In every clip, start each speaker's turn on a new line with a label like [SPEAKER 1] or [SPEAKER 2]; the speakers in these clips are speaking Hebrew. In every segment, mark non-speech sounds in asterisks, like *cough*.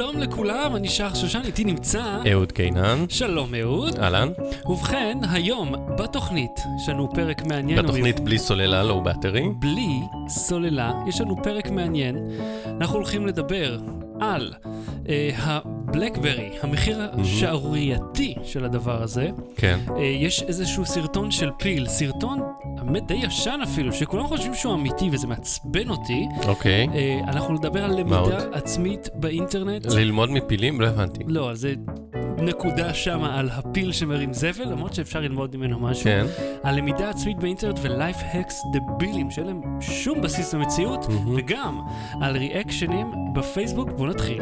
[SPEAKER 1] שלום, אני שער שושן, איתי נמצא...
[SPEAKER 2] אהוד קינן,
[SPEAKER 1] שלום אהוד.
[SPEAKER 2] אהלן,
[SPEAKER 1] ובכן, היום, בתוכנית, יש לנו פרק מעניין.
[SPEAKER 2] בתוכנית בלי סוללה לואו באטרי,
[SPEAKER 1] בלי סוללה, יש לנו פרק מעניין. אנחנו הולכים לדבר על אה, הבלקברי, המחיר השערורייתי של הדבר הזה.
[SPEAKER 2] כן,
[SPEAKER 1] אה, יש איזשהו סרטון של פיל, סרטון באמת די ישן אפילו, שכולם חושבים שהוא אמיתי וזה מעצבן אותי.
[SPEAKER 2] אוקיי,
[SPEAKER 1] אה, אנחנו נדבר על
[SPEAKER 2] מה עוד?
[SPEAKER 1] למידה עצמית באינטרנט.
[SPEAKER 2] ללמוד מפילים? לא הבנתי,
[SPEAKER 1] לא, אז זה נקודה שמה על הפיל שמרים זבל, למרות שאפשר ללמוד ממנו משהו.
[SPEAKER 2] כן,
[SPEAKER 1] על למידה עצמית באינטרנט ולייף הקס דבילים, שאין להם שום בסיס במציאות,
[SPEAKER 2] מהמם.
[SPEAKER 1] וגם על ריאקשנים בפייסבוק. בואו נתחיל.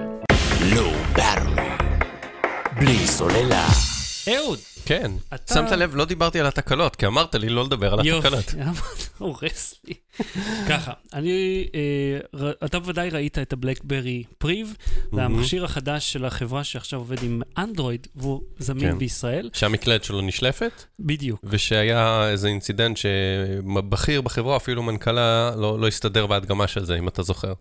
[SPEAKER 3] לא באטרי. בלי סוללה.
[SPEAKER 1] אהוד!
[SPEAKER 2] כן,
[SPEAKER 1] אתה-
[SPEAKER 2] שמת לב, לא דיברתי על התקלות, כי אמרת לי לא לדבר על התקלות,
[SPEAKER 1] *laughs* יופי, הורס לי. ככה, אני, אה, ר- אתה בוודאי ראית את הבלקברי פריב, זה המכשיר החדש של החברה שעכשיו עובד עם אנדרואיד, והוא זמין
[SPEAKER 2] כן.
[SPEAKER 1] בישראל.
[SPEAKER 2] שהמקלדת שלו נשלפת,
[SPEAKER 1] בדיוק.
[SPEAKER 2] ושהיה איזה אינצידנט שבכיר בחברה, אפילו מנכ"לה, לא לא הסתדר בהדגמה של זה, אם אתה זוכר.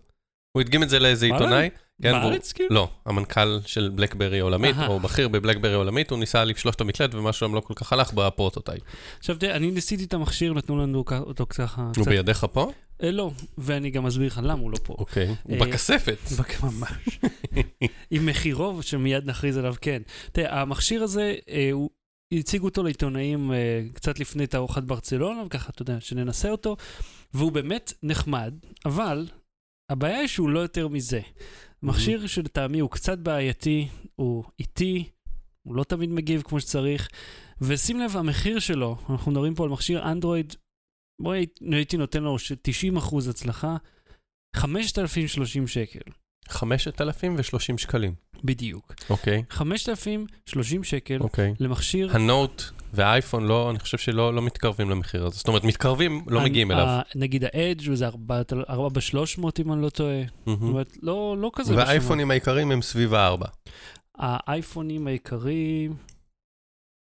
[SPEAKER 2] הוא הדגים את זה לאיזה
[SPEAKER 1] וואלה?
[SPEAKER 2] עיתונאי. כן, והוא-
[SPEAKER 1] בארץ כאילו?
[SPEAKER 2] לא, המנכ"ל של בלקברי העולמית,
[SPEAKER 1] אהה.
[SPEAKER 2] או בכיר בבלקברי העולמית, הוא ניסה לפלוש את המקלדת ומשהו שם לא כל כך הלך בפרוטוטייפ.
[SPEAKER 1] עכשיו תראה, אני ניסיתי את המכשיר, נתנו לנו כ- אותו ככה
[SPEAKER 2] הוא
[SPEAKER 1] קצת.
[SPEAKER 2] בידיך פה?
[SPEAKER 1] אה, לא, ואני גם אסביר לך למה הוא לא פה.
[SPEAKER 2] אוקיי. הוא
[SPEAKER 1] אה,
[SPEAKER 2] בכספת.
[SPEAKER 1] *laughs* בק- ממש. עם מחירו, שמיד נכריז עליו, כן. תראה, המכשיר הזה, אה, הוא... הציגו אותו לעיתונאים אה, קצת לפני תערוכת ברצלונה, וככה, אתה יודע, שננסה אותו, והוא באמת נחמד, אבל הבעיה היא שהוא לא יותר מזה. מכשיר שלטעמי הוא קצת בעייתי, הוא איטי, הוא לא תמיד מגיב כמו שצריך, ושים לב, המחיר שלו, אנחנו מדברים פה על מכשיר אנדרואיד, בואי הייתי- הייתי נותן לו ש- 90% הצלחה, 5,030 שקל.
[SPEAKER 2] 5,030 שקלים.
[SPEAKER 1] בדיוק.
[SPEAKER 2] אוקיי,
[SPEAKER 1] 5,030 שקל
[SPEAKER 2] אוקיי.
[SPEAKER 1] למכשיר...
[SPEAKER 2] הנוט והאייפון, לא, אני חושב שלא לא מתקרבים למחיר הזה. זאת אומרת, מתקרבים, לא מגיעים אליו.
[SPEAKER 1] ה- נגיד ה-edge הוא איזה 4,300 אם אני לא טועה. זאת
[SPEAKER 2] מהמם.
[SPEAKER 1] אומרת, לא לא כזה... בשמיים.
[SPEAKER 2] Mm-hmm. והאייפונים העיקריים הם סביב הארבע.
[SPEAKER 1] האייפונים העיקריים...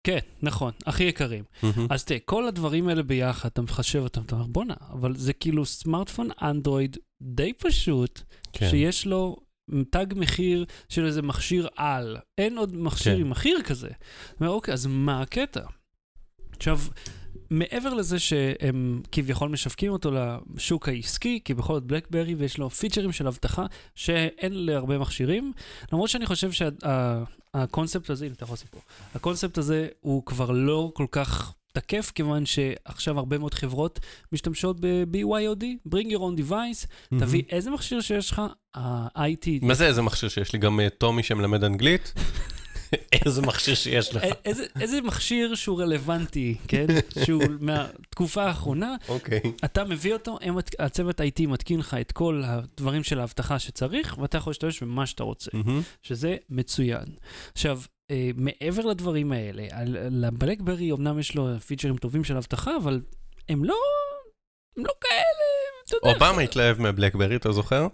[SPEAKER 1] כן, נכון, הכי יקרים.
[SPEAKER 2] מהמם.
[SPEAKER 1] אז תראה, כל הדברים האלה ביחד, אתה מחשב אותם, אתה אומר, בואנה, אבל זה כאילו סמארטפון אנדרואיד די פשוט,
[SPEAKER 2] כן.
[SPEAKER 1] שיש לו תג מחיר של איזה מכשיר על. אין עוד מכשיר
[SPEAKER 2] כן.
[SPEAKER 1] עם מחיר כזה. אני אומר, אוקיי, אז מה הקטע? עכשיו, מעבר לזה שהם כביכול משווקים אותו לשוק העסקי, כי בכל זאת בלקברי ויש לו פיצ'רים של אבטחה שאין להרבה מכשירים, למרות שאני חושב שהקונספט הזה, הנה אתה יכול לעשות פה, הקונספט הזה הוא כבר לא כל כך תקף, כיוון שעכשיו הרבה מאוד חברות משתמשות ב-BYOD, Bring Your Own Device,
[SPEAKER 2] מהמם.
[SPEAKER 1] תביא איזה מכשיר שיש לך, אה, ה-IT,
[SPEAKER 2] מה זה איזה מכשיר שיש לי? גם אה, טומי שמלמד אנגלית? *laughs* איזה מכשיר שיש לך.
[SPEAKER 1] א- איזה- איזה מכשיר שהוא רלוונטי, כן? שהוא מהתקופה האחרונה,
[SPEAKER 2] אוקיי.
[SPEAKER 1] אתה מביא אותו, הם, מת- הצוות IT מתקין לך את כל הדברים של האבטחה שצריך, ואתה יכול להשתמש במה שאתה רוצה,
[SPEAKER 2] מהמם.
[SPEAKER 1] שזה מצוין. עכשיו, אה, מעבר לדברים האלה, על- לבלקברי אמנם יש לו פיצ'רים טובים של אבטחה, אבל הם לא... הם לא כאלה, אתה יודע.
[SPEAKER 2] אובמה התלהב מהבלקברי, אתה זוכר?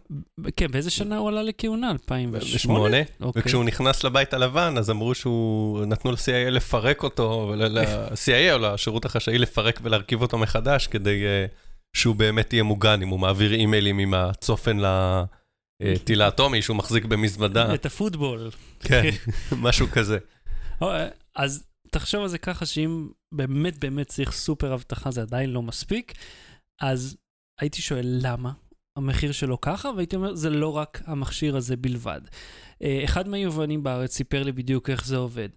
[SPEAKER 1] כן, באיזה שנה הוא עלה לכהונה? 2008?
[SPEAKER 2] שמונה.
[SPEAKER 1] אוקיי.
[SPEAKER 2] וכשהוא נכנס לבית הלבן, אז אמרו שהוא, נתנו ל-CIA לפרק אותו, ל-CIA או לשירות החשאי לפרק ולהרכיב אותו מחדש, כדי אה, שהוא באמת יהיה מוגן, אם הוא מעביר אימיילים עם הצופן לטיל האטומי, שהוא מחזיק *laughs* במזוודה,
[SPEAKER 1] את הפוטבול.
[SPEAKER 2] כן, *laughs* משהו כזה.
[SPEAKER 1] אוקיי, אז תחשוב על זה ככה שאם באמת באמת צריך סופר אבטחה זה עדיין לא מספיק, אז הייתי שואל למה המחיר שלו ככה, והייתי אומר זה לא רק המכשיר הזה בלבד. אה, אחד מהיבואנים בארץ סיפר לי בדיוק איך זה עובד.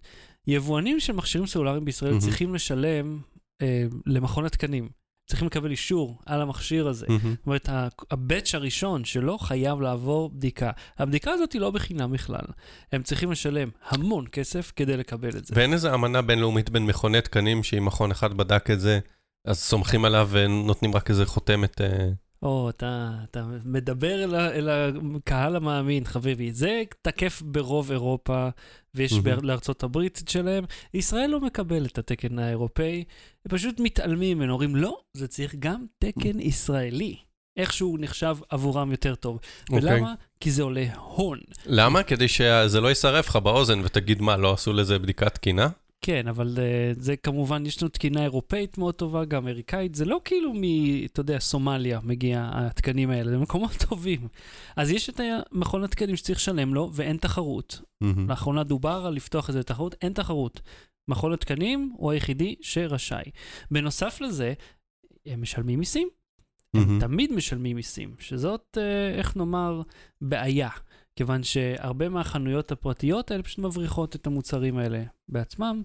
[SPEAKER 1] יבואנים של מכשירים סלולריים בישראל
[SPEAKER 2] מהמם.
[SPEAKER 1] צריכים לשלם אה, למכון התקנים. צריכים לקבל אישור על המכשיר הזה. זאת אומרת, ה- הבאץ' הראשון שלו חייב לעבור בדיקה. הבדיקה הזאת היא לא בחינם בכלל. הם צריכים לשלם המון כסף כדי לקבל את זה.
[SPEAKER 2] ואין איזו אמנה בינלאומית בין מכוני תקנים, שאם מכון אחד בדק את זה, אז סומכים עליו ונותנים רק איזה חותמת... אה,
[SPEAKER 1] או, אתה, אתה מדבר אל, ה- אל הקהל המאמין, חביבי. זה תקף ברוב אירופה, ויש
[SPEAKER 2] מהמם.
[SPEAKER 1] mm-hmm. לארצות הברית את שלהם. ישראל לא מקבלת את התקן האירופאי, הם פשוט מתעלמים ממנו, אומרים, לא, זה צריך גם תקן ישראלי. איכשהו הוא נחשב עבורם יותר טוב.
[SPEAKER 2] אוקיי.
[SPEAKER 1] ולמה? כי זה עולה הון.
[SPEAKER 2] למה? כדי שזה לא יישרף לך באוזן ותגיד, מה, לא עשו לזה בדיקת תקינה?
[SPEAKER 1] כן, אבל אה, זה כמובן, יש לנו תקינה אירופאית מאוד טובה, גם אמריקאית, זה לא כאילו מ... אתה יודע, סומליה מגיע התקנים האלה, זה מקומות *laughs* טובים. אז יש את מכון התקנים שצריך לשלם לו, ואין תחרות.
[SPEAKER 2] מהמם.
[SPEAKER 1] לאחרונה דובר על לפתוח את זה לתחרות, אין תחרות. מכון התקנים הוא היחידי שרשאי. בנוסף לזה, הם משלמים מיסים,
[SPEAKER 2] מהמם.
[SPEAKER 1] תמיד משלמים מיסים, שזאת, אה, איך נאמר, בעיה. כיוון שהרבה מהחנויות הפרטיות האלה פשוט מבריחות את המוצרים האלה בעצמם.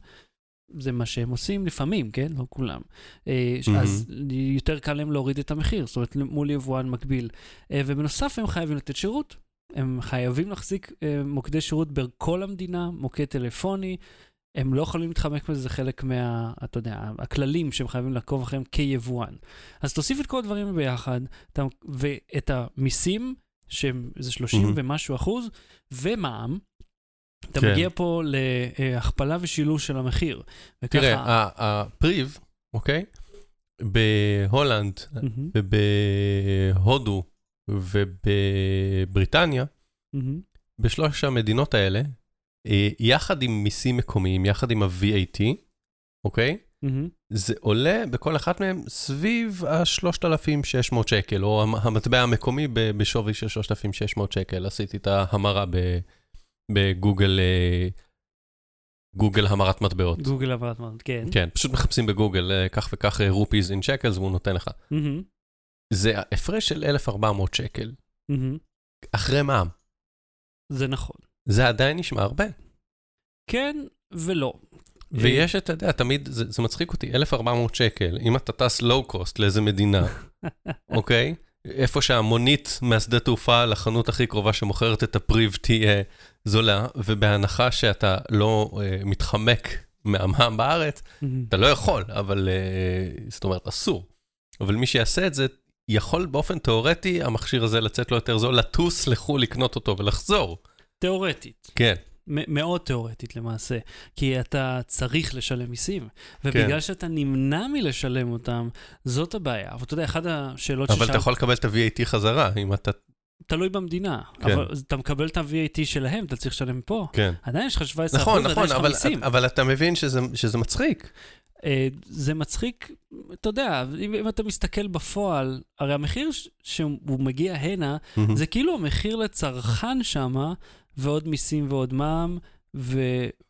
[SPEAKER 1] זה מה שהם עושים לפעמים, כן? לא כולם. אה, ש- אז יותר קל להם להוריד את המחיר, זאת אומרת, מול יבואן מקביל. אה, ובנוסף, הם חייבים לתת שירות. הם חייבים להחזיק אה, מוקדי שירות בכל המדינה, מוקד טלפוני. הם לא יכולים להתחמק מזה, זה חלק מה... אתה יודע, הכללים שהם חייבים לעקוב אחריהם כיבואן. אז תוסיף את כל הדברים ביחד, אתה, ואת המיסים, שזה 30
[SPEAKER 2] מהמם.
[SPEAKER 1] ומשהו אחוז, ומע"מ. אתה
[SPEAKER 2] כן.
[SPEAKER 1] מגיע פה להכפלה ושילוש של המחיר. וככה...
[SPEAKER 2] תראה, אה, ה- הפריב, אוקיי? בהולנד
[SPEAKER 1] מהמם,
[SPEAKER 2] ובהודו ובבריטניה,
[SPEAKER 1] מהמם.
[SPEAKER 2] בשלוש המדינות האלה, אה, יחד עם מיסים מקומיים, יחד עם ה-VAT, אוקיי?
[SPEAKER 1] מהמם.
[SPEAKER 2] זה עולה בכל אחת מהן סביב ה-3,600 שקל, או המ- המטבע המקומי ב- בשווי של 3,600 שקל. עשיתי את ההמרה ב- בגוגל, אה, גוגל המרת מטבעות.
[SPEAKER 1] גוגל עברת מאוד, כן.
[SPEAKER 2] כן, פשוט מחפשים בגוגל אה, כך וכך רופיז אין שקלס והוא נותן לך.
[SPEAKER 1] מהמם,
[SPEAKER 2] זה הפרש של 1,400 שקל
[SPEAKER 1] מהמם.
[SPEAKER 2] אחרי מע"מ.
[SPEAKER 1] זה נכון.
[SPEAKER 2] זה עדיין נשמע הרבה.
[SPEAKER 1] כן ולא.
[SPEAKER 2] ויש, אתה יודע, תמיד, זה, זה מצחיק אותי, 1,400 שקל, אם אתה טס לואו קוסט לאיזה מדינה, אוקיי? איפה שהמונית מהשדה תעופה לחנות הכי קרובה שמוכרת את הפריב תהיה זולה, ובהנחה שאתה לא אה, מתחמק מהמע"מ בארץ,
[SPEAKER 1] אה, מהמם.
[SPEAKER 2] אתה לא יכול, אבל אה, זאת אומרת, אסור. אבל מי שיעשה את זה, יכול באופן תיאורטי, המכשיר הזה לצאת לו יותר זול, לטוס לחו"ל, לקנות אותו ולחזור.
[SPEAKER 1] תיאורטית.
[SPEAKER 2] כן.
[SPEAKER 1] מ- מאוד תיאורטית למעשה, כי אתה צריך לשלם מיסים, ובגלל
[SPEAKER 2] כן.
[SPEAKER 1] שאתה נמנע מלשלם אותם, זאת הבעיה. אבל אתה יודע, אחת השאלות
[SPEAKER 2] אבל אתה יכול לקבל את ה-VAT חזרה, אם אתה...
[SPEAKER 1] תלוי במדינה,
[SPEAKER 2] כן.
[SPEAKER 1] אבל אתה מקבל את ה-VAT שלהם, אתה צריך לשלם פה.
[SPEAKER 2] כן.
[SPEAKER 1] עדיין יש לך 17%,
[SPEAKER 2] נכון,
[SPEAKER 1] עדיין
[SPEAKER 2] נכון,
[SPEAKER 1] יש לך
[SPEAKER 2] אבל,
[SPEAKER 1] מיסים.
[SPEAKER 2] אבל אתה מבין שזה, שזה מצחיק.
[SPEAKER 1] אה, זה מצחיק, אתה יודע, אם, אם אתה מסתכל בפועל, הרי המחיר ש- שהוא מגיע הנה, זה כאילו המחיר לצרכן שמה, ועוד מיסים ועוד מע"מ, ו...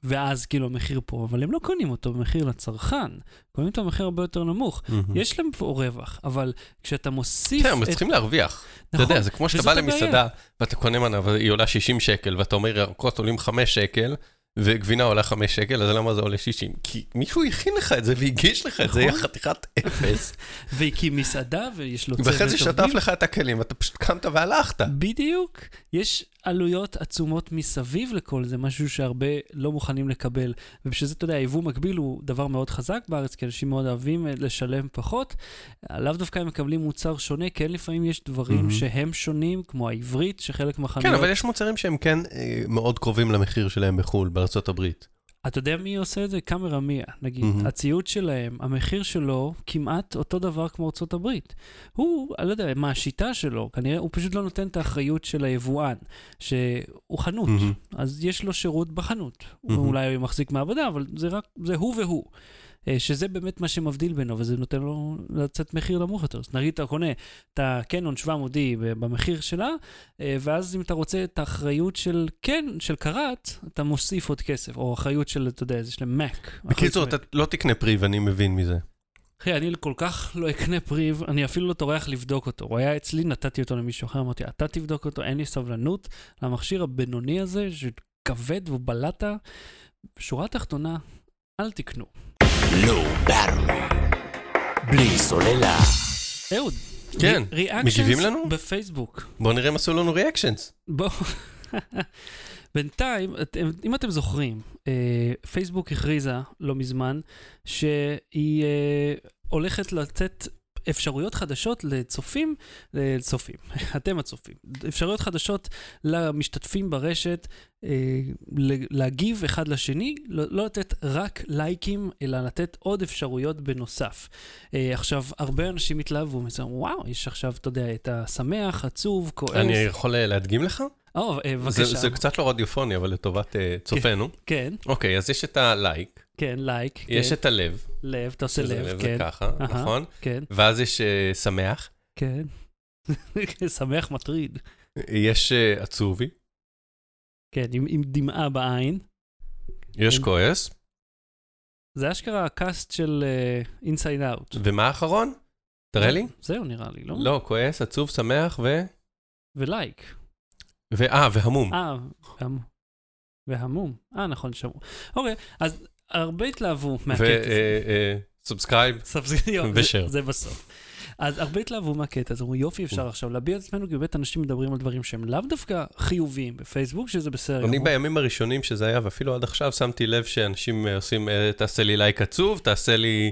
[SPEAKER 1] ואז כאילו המחיר פה, אבל הם לא קונים אותו במחיר לצרכן, קונים אותו במחיר הרבה יותר נמוך. יש להם פה רווח, אבל כשאתה מוסיף...
[SPEAKER 2] Mm. כן, הם צריכים להרוויח. אתה
[SPEAKER 1] נכון,
[SPEAKER 2] יודע, זה כמו שאתה בא
[SPEAKER 1] וזאת הבעיה.
[SPEAKER 2] למסעדה, ואתה קונה מנה, והיא עולה 60 שקל, ואתה אומר, ירקות עולים 5 שקל, וגבינה עולה 5 שקל, אז למה זה עולה 60? כי מישהו הכין לך את זה והגיש לך את זה,
[SPEAKER 1] נכון.
[SPEAKER 2] היה חתיכת אפס.
[SPEAKER 1] והקים מסעדה ויש לו צוות
[SPEAKER 2] ואחרי זה שטף
[SPEAKER 1] עובדים.
[SPEAKER 2] לך את הכלים, אתה פשוט קמת והלכת.
[SPEAKER 1] בדיוק. יש עלויות עצומות מסביב לכל זה, משהו שהרבה לא מוכנים לקבל. ובשביל זה, אתה יודע, היבוא מקביל הוא דבר מאוד חזק בארץ, כי אנשים מאוד אוהבים אה, לשלם פחות. לאו דווקא הם מקבלים מוצר שונה, כן, לפעמים יש דברים
[SPEAKER 2] מהמם.
[SPEAKER 1] mm-hmm. שהם שונים, כמו העברית, שחלק מהחנויות...
[SPEAKER 2] כן, אבל יש מוצרים שהם כן אה, מאוד קרובים למחיר שלהם בחו"ל, בארצות הברית.
[SPEAKER 1] אתה יודע מי עושה את זה? קאמרה מיה, נגיד.
[SPEAKER 2] מהמם.
[SPEAKER 1] Mm-hmm. הציוד שלהם, המחיר שלו, כמעט אותו דבר כמו ארצות הברית. הוא, אני לא יודע מה השיטה שלו, כנראה הוא פשוט לא נותן את האחריות של היבואן, שהוא חנות,
[SPEAKER 2] מהמם.
[SPEAKER 1] mm-hmm. אז יש לו שירות בחנות. Mm-hmm.
[SPEAKER 2] מהמם.
[SPEAKER 1] הוא אולי מחזיק מעבדה, אבל זה רק, זה הוא והוא. אה, שזה באמת מה שמבדיל בינו, וזה נותן לו לצאת מחיר נמוך יותר. אז נגיד אתה קונה את הקנון 700D ב- במחיר שלה, אה, ואז אם אתה רוצה את האחריות של כן, של קראט, אתה מוסיף עוד כסף, או אחריות של, אתה יודע, יש להם מק.
[SPEAKER 2] בקיצור, אתה לא תקנה פרי ואני מבין מזה.
[SPEAKER 1] אחי, אני כל כך לא אקנה פריב, אני אפילו לא טורח לבדוק אותו. הוא היה אצלי, נתתי אותו למישהו אחר, אמרתי, אתה תבדוק אותו, אין לי סבלנות למכשיר הבינוני הזה, שכבד והוא בלטה. שורה תחתונה, אל תקנו.
[SPEAKER 3] Low Battery, לא בלי סוללה.
[SPEAKER 1] אהוד.
[SPEAKER 2] כן, מגיבים
[SPEAKER 1] ריאקשנס
[SPEAKER 2] לנו?
[SPEAKER 1] בפייסבוק.
[SPEAKER 2] בוא נראה אם עשו לנו ריאקשנס.
[SPEAKER 1] בואו. בינתיים, אתם, אם אתם זוכרים, אה, פייסבוק הכריזה לא מזמן שהיא אה, הולכת לתת אפשרויות חדשות לצופים, לצופים, *laughs* אתם הצופים, אפשרויות חדשות למשתתפים ברשת אה, ל- להגיב אחד לשני, לא, לא לתת רק לייקים, אלא לתת עוד אפשרויות בנוסף. אה, עכשיו, הרבה אנשים התלהבו מזה, וואו, יש עכשיו, אתה יודע, את השמח, עצוב, כועס.
[SPEAKER 2] אני יכול אה, להדגים לך?
[SPEAKER 1] או, אה,
[SPEAKER 2] זה,
[SPEAKER 1] כן. בבקשה.
[SPEAKER 2] זה קצת לא רדיופוני, אבל לטובת אה, צופינו.
[SPEAKER 1] כן.
[SPEAKER 2] אוקיי, אז יש את הלייק,
[SPEAKER 1] כן, לייק,
[SPEAKER 2] יש
[SPEAKER 1] כן,
[SPEAKER 2] את הלב,
[SPEAKER 1] לב, אתה עושה
[SPEAKER 2] שזה
[SPEAKER 1] לב,
[SPEAKER 2] זה
[SPEAKER 1] כן,
[SPEAKER 2] ככה,
[SPEAKER 1] אהה.
[SPEAKER 2] נכון?
[SPEAKER 1] כן,
[SPEAKER 2] ואז יש אה, שמח,
[SPEAKER 1] כן. *laughs* שמח מטריד.
[SPEAKER 2] יש אה, עצובי,
[SPEAKER 1] כן, עם, עם דמעה בעין.
[SPEAKER 2] יש
[SPEAKER 1] כן.
[SPEAKER 2] כועס,
[SPEAKER 1] זה אשכרה הקאסט של אה, אינסייד אאוט.
[SPEAKER 2] ומה האחרון? תראה לי.
[SPEAKER 1] זהו נראה לי, לא?
[SPEAKER 2] לא, כועס, עצוב, שמח ו...
[SPEAKER 1] ולייק.
[SPEAKER 2] ו- אה, והמום.
[SPEAKER 1] אה, והמום. והמום. אה, נכון, שמעו. אוקיי, אז הרבה התלהבו מהקטע
[SPEAKER 2] אה,
[SPEAKER 1] הזה.
[SPEAKER 2] וסובסקרייב.
[SPEAKER 1] סבסידיות,
[SPEAKER 2] ושאר.
[SPEAKER 1] זה, זה בסוף. אז הרבה התלהבו מהקטע הזה, אמרו יופי
[SPEAKER 2] Mm.
[SPEAKER 1] אפשר עכשיו להביע את עצמנו, כי באמת אנשים מדברים על דברים שהם לאו דווקא חיוביים בפייסבוק, שזה בסדר.
[SPEAKER 2] אני
[SPEAKER 1] גמור.
[SPEAKER 2] בימים הראשונים שזה היה, ואפילו עד עכשיו, שמתי לב שאנשים אה, עושים, אה, תעשה לי לייק עצוב, תעשה לי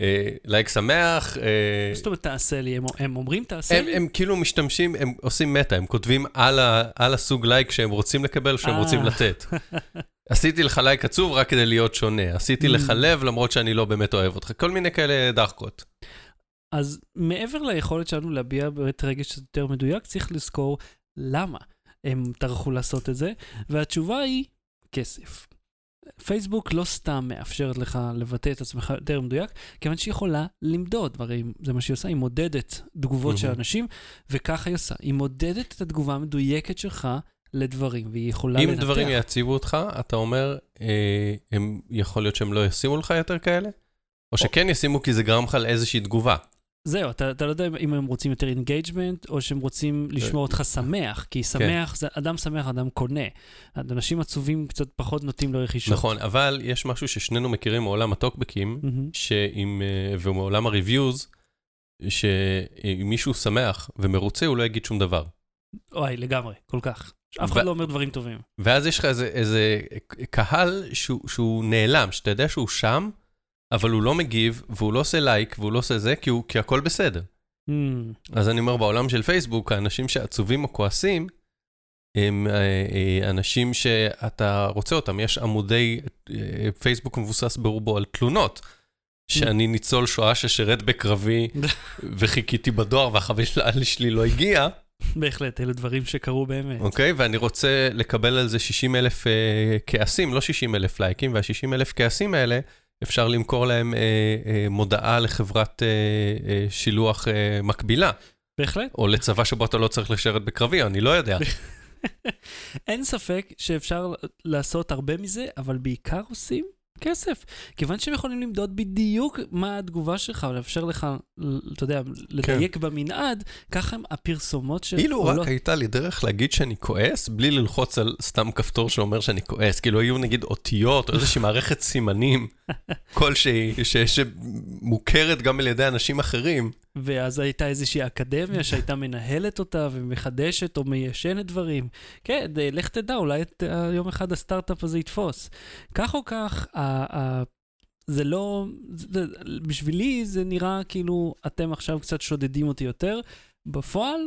[SPEAKER 2] אה, לייק שמח. אה,
[SPEAKER 1] זאת אומרת, תעשה לי, הם, הם אומרים תעשה
[SPEAKER 2] הם,
[SPEAKER 1] לי,
[SPEAKER 2] הם כאילו משתמשים, הם עושים מטה, הם כותבים על, ה, על הסוג לייק שהם רוצים לקבל, שהם
[SPEAKER 1] אה.
[SPEAKER 2] רוצים
[SPEAKER 1] *laughs*
[SPEAKER 2] לתת. עשיתי לך לייק עצוב רק כדי להיות שונה, עשיתי לך
[SPEAKER 1] Mm.
[SPEAKER 2] לב למרות שאני לא באמת אוהב אותך, כל מיני כאלה דחקות.
[SPEAKER 1] אז מעבר ליכולת שלנו להביע באמת רגש יותר מדויק, צריך לזכור למה הם טרחו לעשות את זה, והתשובה היא כסף. פייסבוק לא סתם מאפשרת לך לבטא את עצמך יותר מדויק, כיוון שהיא יכולה למדוד, הרי זה מה שהיא עושה, היא מודדת תגובות של
[SPEAKER 2] מהמם.
[SPEAKER 1] אנשים, וככה היא עושה, היא מודדת את התגובה המדויקת שלך לדברים, והיא יכולה
[SPEAKER 2] אם
[SPEAKER 1] לא, לנתח.
[SPEAKER 2] דברים יעציבו אותך, אתה אומר, אה, הם, יכול להיות שהם לא ישימו לך יותר כאלה? או שכן ישימו כי זה גרם לך לאיזושהי תגובה.
[SPEAKER 1] זהו, אתה, אתה לא יודע אם הם רוצים יותר אינגייג'מנט, או שהם רוצים לשמור אותך שמח,
[SPEAKER 2] כן.
[SPEAKER 1] כי שמח, זה, אדם שמח, אדם קונה. אנשים עצובים קצת פחות נוטים לרכישות.
[SPEAKER 2] נכון, אבל יש משהו ששנינו מכירים מעולם הטוקבקים,
[SPEAKER 1] מהמם.
[SPEAKER 2] שעם, אה, ומעולם הריוויוז, שאם מישהו שמח ומרוצה, הוא לא יגיד שום דבר.
[SPEAKER 1] אוי, לגמרי, כל כך. אף
[SPEAKER 2] ו-
[SPEAKER 1] אחד לא אומר דברים טובים.
[SPEAKER 2] ואז יש לך איזה, איזה קהל שהוא, שהוא נעלם, שאתה יודע שהוא שם, אבל הוא לא מגיב, והוא לא עושה לייק, והוא לא עושה זה, כי, הוא, כי הכל בסדר.
[SPEAKER 1] מהמם.
[SPEAKER 2] אז אני אומר, בעולם של פייסבוק, האנשים שעצובים או כועסים, הם אה, אה, אנשים שאתה רוצה אותם. יש עמודי, אה, פייסבוק מבוסס ברובו על תלונות. שאני ניצול שואה ששירת בקרבי וחיכיתי בדואר והחבילה שלי לא הגיעה,
[SPEAKER 1] בהחלט, אלה דברים שקרו באמת.
[SPEAKER 2] אוקיי? ואני רוצה לקבל על זה 60 אלף אה, כעסים, לא 60 אלף לייקים, וה-60 אלף כעסים האלה, אפשר למכור להם אה, אה, מודעה לחברת אה, אה, שילוח אה, מקבילה.
[SPEAKER 1] בהחלט.
[SPEAKER 2] או לצבא שבו אתה לא צריך לשרת בקרבי, אני לא יודע.
[SPEAKER 1] אין ספק שאפשר לעשות הרבה מזה, אבל בעיקר עושים כסף. כיוון שהם יכולים למדוד בדיוק מה התגובה שלך, ולאפשר לך, אתה יודע, לדייק במנעד, ככה הם הפרסומות של...
[SPEAKER 2] *laughs* כן. אילו רק הייתה לי דרך להגיד שאני כועס, בלי ללחוץ על סתם כפתור שאומר שאני כועס, כאילו היו נגיד אותיות או איזושהי מערכת
[SPEAKER 1] *laughs*
[SPEAKER 2] סימנים כלשהי, ש- שמוכרת גם על ידי אנשים אחרים.
[SPEAKER 1] ואז הייתה איזושהי אקדמיה שהייתה מנהלת אותה ומחדשת או מיישנת דברים. כן, אה, לך תדע, אולי את- אה, יום אחד הסטארט-אפ הזה יתפוס. כך או כך, ה- ה- זה לא... זה, בשבילי זה נראה כאילו אתם עכשיו קצת שודדים אותי יותר. בפועל,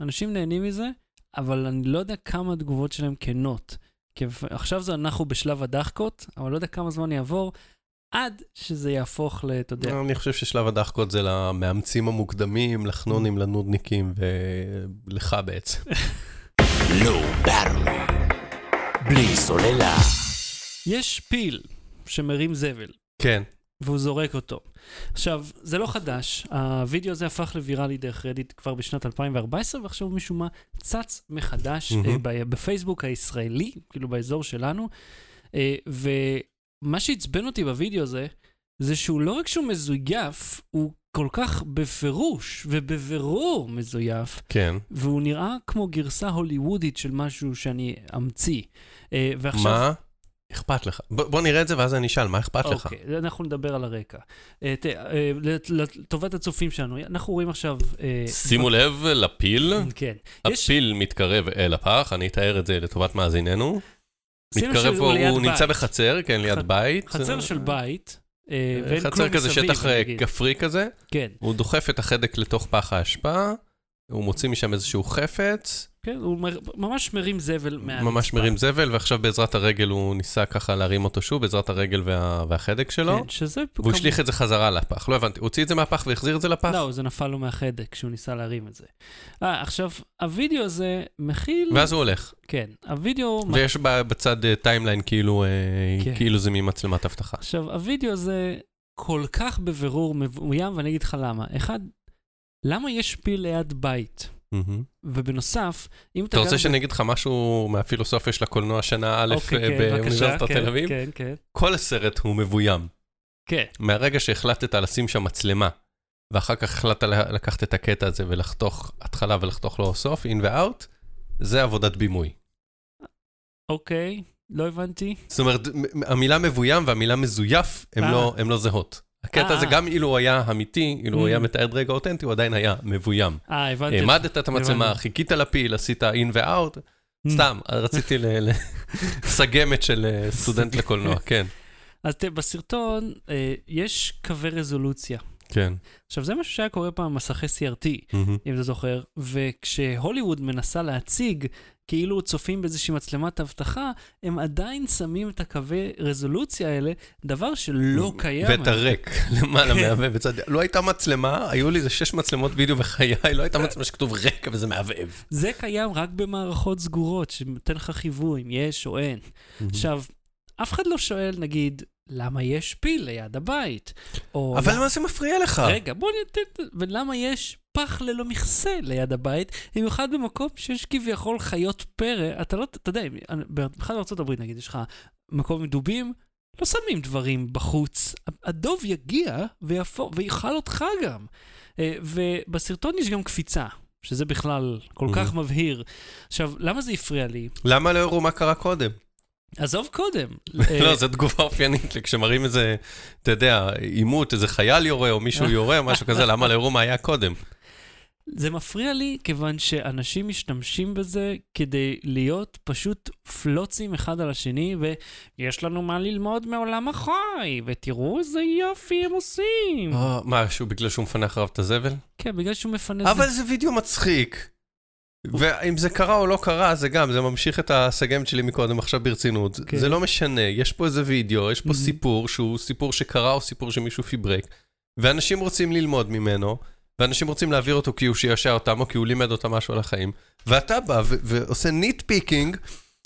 [SPEAKER 1] אנשים נהנים מזה, אבל אני לא יודע כמה התגובות שלהם כנות. כי עכשיו זה אנחנו בשלב הדחקות, אבל לא יודע כמה זמן יעבור עד שזה יהפוך ל... אתה יודע,
[SPEAKER 2] אני חושב ששלב הדחקות זה למאמצים המוקדמים, לחנונים, לנודניקים ולך
[SPEAKER 3] *laughs*
[SPEAKER 2] בעצם.
[SPEAKER 3] לואו לא ברור. בלי סוללה.
[SPEAKER 1] יש פיל שמרים זבל,
[SPEAKER 2] כן,
[SPEAKER 1] והוא זורק אותו. עכשיו, זה לא חדש, הווידאו הזה הפך לוויראלי דרך רדיט כבר בשנת 2014, ועכשיו הוא משום מה צץ מחדש
[SPEAKER 2] מהמם.
[SPEAKER 1] אה, ב- בפייסבוק הישראלי, כאילו באזור שלנו, אה, ומה שעצבן אותי בווידאו הזה, זה שהוא לא רק שהוא מזויף, הוא כל כך בפירוש ובבירור מזויף,
[SPEAKER 2] כן.
[SPEAKER 1] והוא נראה כמו גרסה הוליוודית של משהו שאני אמציא. אה, ועכשיו...
[SPEAKER 2] מה אכפת לך? ב- בוא נראה את זה ואז אני אשאל, מה אכפת לך?
[SPEAKER 1] אוקיי, okay, אנחנו נדבר על הרקע. אה, ת- אה, לט- לטובת הצופים שלנו, אנחנו רואים עכשיו... אה,
[SPEAKER 2] שימו לב לפיל.
[SPEAKER 1] כן. יש-
[SPEAKER 2] הפיל מתקרב אל הפח, אני אתאר את זה לטובת מאזיננו.
[SPEAKER 1] שים לב
[SPEAKER 2] מתקרב
[SPEAKER 1] שהוא
[SPEAKER 2] פה,
[SPEAKER 1] ליד
[SPEAKER 2] הוא נמצא
[SPEAKER 1] בית.
[SPEAKER 2] בחצר, כן, ליד
[SPEAKER 1] ח-
[SPEAKER 2] בית.
[SPEAKER 1] חצר של בית, אה,
[SPEAKER 2] אה,
[SPEAKER 1] ואין כלום
[SPEAKER 2] חצר כזה,
[SPEAKER 1] מסביב,
[SPEAKER 2] שטח
[SPEAKER 1] אני
[SPEAKER 2] אה,
[SPEAKER 1] אגיד.
[SPEAKER 2] כפרי כזה.
[SPEAKER 1] כן,
[SPEAKER 2] הוא דוחף את החדק לתוך פח האשפה, הוא מוציא משם איזשהו חפץ,
[SPEAKER 1] כן, הוא מר... ממש מרים זבל מהרצפה.
[SPEAKER 2] ממש מרים זבל, ועכשיו בעזרת הרגל הוא ניסה ככה להרים אותו שוב, בעזרת הרגל וה... והחדק שלו,
[SPEAKER 1] כן, שזה...
[SPEAKER 2] והוא השליך את זה חזרה לפח. לא הבנתי, הוא הוציא את זה מהפח והחזיר את זה לפח?
[SPEAKER 1] לא, זה נפל לו מהחדק כשהוא ניסה להרים את זה. אה, עכשיו, הוידאו הזה מכיל...
[SPEAKER 2] ואז הוא הולך,
[SPEAKER 1] כן, הוידאו...
[SPEAKER 2] ויש ב- בצד אה, טיימליין כאילו, אה,
[SPEAKER 1] כן.
[SPEAKER 2] כאילו זה ממצלמת אבטחה.
[SPEAKER 1] עכשיו, הוידאו הזה כל כך בבירור מבוים, ואני אגיד לך למה. אחד, למה יש פיל ליד בית?
[SPEAKER 2] מהמם.
[SPEAKER 1] ובנוסף, אם אתה...
[SPEAKER 2] Mm-hmm. אתה
[SPEAKER 1] גר
[SPEAKER 2] רוצה
[SPEAKER 1] ב-
[SPEAKER 2] שאני אגיד לך משהו מהפילוסופיה של הקולנוע שנה א'
[SPEAKER 1] אוקיי,
[SPEAKER 2] אה,
[SPEAKER 1] כן, בבקשה,
[SPEAKER 2] באוניברסיטת
[SPEAKER 1] כן,
[SPEAKER 2] תל אביב?
[SPEAKER 1] כן, כן.
[SPEAKER 2] כל הסרט הוא מבוים.
[SPEAKER 1] כן,
[SPEAKER 2] מהרגע שהחלטת לשים שם מצלמה, ואחר כך החלטת ל- לקחת את הקטע הזה ולחתוך התחלה ולחתוך לו סוף, אין ואאוט, זה עבודת בימוי.
[SPEAKER 1] אוקיי, לא הבנתי.
[SPEAKER 2] זאת אומרת, מ- המילה מבוים והמילה מזויף הן
[SPEAKER 1] אה.
[SPEAKER 2] לא, הן לא זהות. הקטע
[SPEAKER 1] אה.
[SPEAKER 2] הזה, גם אילו הוא היה אמיתי, אילו הוא
[SPEAKER 1] Mm.
[SPEAKER 2] היה מתעד רגע אותנטי, הוא עדיין היה מבוים.
[SPEAKER 1] אה, הבנתי.
[SPEAKER 2] העמדת את המצלמה,
[SPEAKER 1] הבנתי. Mm.
[SPEAKER 2] חיכית לפיל, עשית אין ואאוט,
[SPEAKER 1] Hmm.
[SPEAKER 2] סתם, רציתי ל-
[SPEAKER 1] *laughs*
[SPEAKER 2] ל- סגמת של אה, סטודנט לקולנוע, כן.
[SPEAKER 1] אז תראה, בסרטון אה, יש קווי רזולוציה.
[SPEAKER 2] כן.
[SPEAKER 1] עכשיו, זה משהו שהיה קורה פעם במסכי CRT, אם אתה זוכר, וכשהוליווד מנסה להציג כאילו צופים באיזושהי מצלמת אבטחה, הם עדיין שמים את הקווי רזולוציה האלה, דבר שלא קיים.
[SPEAKER 2] Mm-hmm. ואת הריק *laughs* למעלה מהבהב בצד, לא הייתה מצלמה, היו לי איזה שש מצלמות וידאו בחיי, לא
[SPEAKER 1] אה.
[SPEAKER 2] הייתה מצלמה שכתוב ריק וזה מהבהב.
[SPEAKER 1] זה קיים רק במערכות סגורות, שנותן לך חיווי אם יש או אין. עכשיו, אף אחד לא שואל, נגיד, למה יש פיל ליד הבית? או...
[SPEAKER 2] אבל למה זה מפריע לך?
[SPEAKER 1] רגע, בוא ניתן... ולמה יש פח ללא מכסה ליד הבית, במיוחד במקום שיש כביכול חיות פרא, אתה לא... אתה יודע, במיוחד בארצות הברית, נגיד, יש לך מקום עם דובים, לא שמים דברים בחוץ. הדוב יגיע ויפו, ויאכל אותך גם. אה, ובסרטון יש גם קפיצה, שזה בכלל כל
[SPEAKER 2] אוקיי.
[SPEAKER 1] כך מבהיר. עכשיו, למה זה הפריע לי?
[SPEAKER 2] למה לא הראו מה קרה קודם?
[SPEAKER 1] עזוב
[SPEAKER 2] *laughs*
[SPEAKER 1] קודם. אה,
[SPEAKER 2] לא, זו תגובה אופיינית, כשמראים איזה, אתה יודע, עימות, איזה חייל יורה או
[SPEAKER 1] אה.
[SPEAKER 2] מישהו יורה או
[SPEAKER 1] *laughs*
[SPEAKER 2] משהו כזה, למה לא הראו מה היה קודם?
[SPEAKER 1] זה מפריע לי כיוון שאנשים משתמשים בזה כדי להיות פשוט פלוצים אחד על השני, ויש לנו מה ללמוד מעולם החי, ותראו איזה יופי הם עושים.
[SPEAKER 2] אה, מה, שהוא בגלל שהוא מפנה אחריו את הזבל?
[SPEAKER 1] כן, בגלל שהוא מפנה...
[SPEAKER 2] אבל זה וידאו מצחיק. ואם זה קרה או לא קרה, זה גם, זה ממשיך את הסגמת שלי מקודם עכשיו ברצינות.
[SPEAKER 1] כן.
[SPEAKER 2] זה לא משנה, יש פה איזה וידאו, יש פה
[SPEAKER 1] Mhm.
[SPEAKER 2] סיפור שהוא סיפור שקרה או סיפור שמישהו פיברק, ואנשים רוצים ללמוד ממנו, ואנשים רוצים להעביר אותו כי הוא שישע אותם או כי הוא לימד אותם משהו על החיים, ואתה בא ו- ועושה ניט פיקינג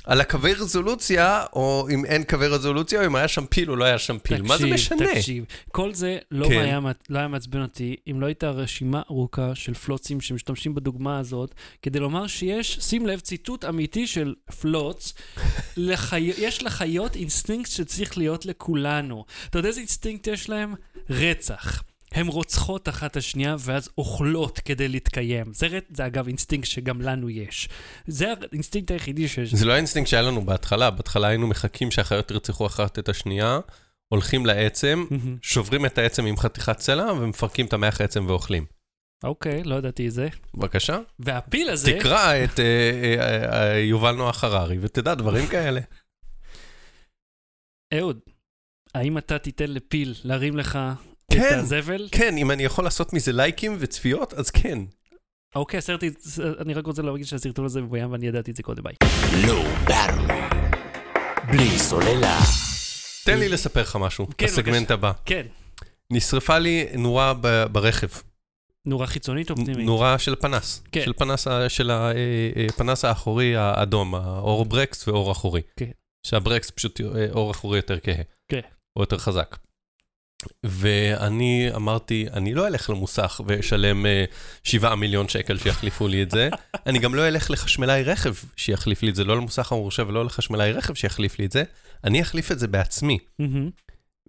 [SPEAKER 2] על הקווי רזולוציה, או אם אין קווי רזולוציה, או אם היה שם פיל או לא היה שם פיל. מה זה
[SPEAKER 1] תקשיב,
[SPEAKER 2] משנה?
[SPEAKER 1] תקשיב, כל זה לא,
[SPEAKER 2] כן.
[SPEAKER 1] היה, מע- לא היה מעצבן אותי אם לא הייתה רשימה ארוכה של פלוצים שמשתמשים בדוגמה הזאת, כדי לומר שיש, שים לב, ציטוט אמיתי של
[SPEAKER 2] *laughs*
[SPEAKER 1] פלוץ, לחי... יש לחיות אינסטינקט שצריך להיות לכולנו. אתה יודע איזה אינסטינקט יש להם? רצח. הן רוצחות אחת את השנייה ואז אוכלות כדי להתקיים. זה, ר- זה אגב אינסטינקט שגם לנו יש. זה האינסטינקט היחידי שיש.
[SPEAKER 2] זה לא האינסטינקט שהיה לנו בהתחלה, בהתחלה היינו מחכים שהחיות ירצחו אחת את השנייה, הולכים לעצם,
[SPEAKER 1] מהמם.
[SPEAKER 2] שוברים את העצם עם חתיכת סלע ומפרקים את המח עצם ואוכלים.
[SPEAKER 1] אוקיי, לא ידעתי את זה.
[SPEAKER 2] בבקשה,
[SPEAKER 1] והפיל הזה...
[SPEAKER 2] תקרא את אה, אה, אה, אה, יובל נוח הררי ותדע דברים כאלה.
[SPEAKER 1] אהוד, האם אתה תיתן לפיל להרים לך
[SPEAKER 2] כן.
[SPEAKER 1] את הזבל?
[SPEAKER 2] כן, אם אני יכול לעשות מזה לייקים וצפיות, אז כן.
[SPEAKER 1] אוקיי, הסרט, אני רק רוצה להגיד שהסרטון הזה מבוים ואני ידעתי את זה קודם, ביי.
[SPEAKER 3] Low Battery. בלי סוללה.
[SPEAKER 2] תן לי לספר לך משהו,
[SPEAKER 1] כן,
[SPEAKER 2] הסגמנט
[SPEAKER 1] בבקשה.
[SPEAKER 2] הבא.
[SPEAKER 1] כן,
[SPEAKER 2] נשרפה לי נורה ב- ברכב,
[SPEAKER 1] נורה חיצונית או פנימית?
[SPEAKER 2] נורה של פנס,
[SPEAKER 1] כן.
[SPEAKER 2] של פנס ה- של הפנס האחורי האדום, האור ברקס ואור אחורי.
[SPEAKER 1] כן.
[SPEAKER 2] שהברקס פשוט אה, אור אחורי יותר כהה.
[SPEAKER 1] כן.
[SPEAKER 2] או יותר חזק. ואני אמרתי, אני לא אלך למוסך ואשלם אה, 7 מיליון שקל שיחליפו לי את
[SPEAKER 1] *laughs*
[SPEAKER 2] זה. אני גם לא אלך לחשמלאי רכב שיחליף לי את זה, לא למוסך המורשה ולא לחשמלאי רכב שיחליף לי את זה. אני אחליף את זה בעצמי.
[SPEAKER 1] מהמם.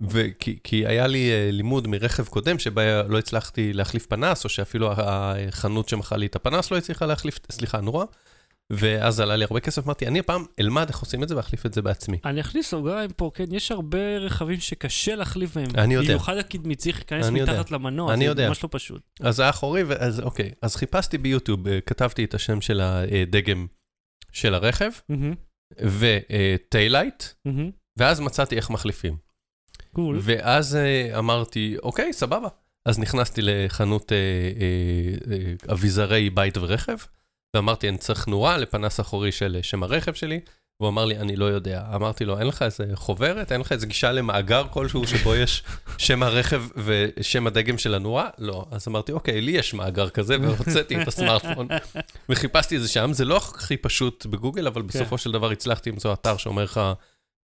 [SPEAKER 2] וכי כי היה לי אה, לימוד מרכב קודם שבה לא הצלחתי להחליף פנס, או שאפילו ה- החנות שמכרה לי את הפנס לא הצליחה להחליף, סליחה, נורא. ואז עלה לי הרבה כסף, אמרתי, אני הפעם אלמד איך עושים את זה ואחליף את זה בעצמי.
[SPEAKER 1] אני אכניס סוגריים פה, כן, יש הרבה רכבים שקשה להחליף בהם.
[SPEAKER 2] אני יודע.
[SPEAKER 1] במיוחד הקדמי צריך להיכנס
[SPEAKER 2] אני יודע.
[SPEAKER 1] מתחת למנוע,
[SPEAKER 2] אני
[SPEAKER 1] זה
[SPEAKER 2] יודע.
[SPEAKER 1] ממש לא פשוט.
[SPEAKER 2] אז האחורי, אז אוקיי, אז חיפשתי ביוטיוב, אה, כתבתי את השם של הדגם של הרכב, אה,
[SPEAKER 1] מהמם,
[SPEAKER 2] וטיילייט,
[SPEAKER 1] מהמם.
[SPEAKER 2] ואז מצאתי איך מחליפים.
[SPEAKER 1] קול.
[SPEAKER 2] ואז אה, אמרתי, אוקיי, סבבה. אז נכנסתי לחנות אה, אה, אה, אביזרי בית ורכב, ואמרתי, אני צריך נורה לפנס אחורי של אה, שם הרכב שלי, והוא אמר לי, אני לא יודע. אמרתי לו, אין לך איזה חוברת? אין לך איזה גישה למאגר כלשהו שבו יש שם הרכב ושם הדגם של הנורה? לא. אז אמרתי, אוקיי, לי יש מאגר כזה, והוצאתי את הסמארטפון, וחיפשתי את זה שם. זה לא הכי פשוט בגוגל, אבל בסופו של דבר הצלחתי למצוא אתר שאומר לך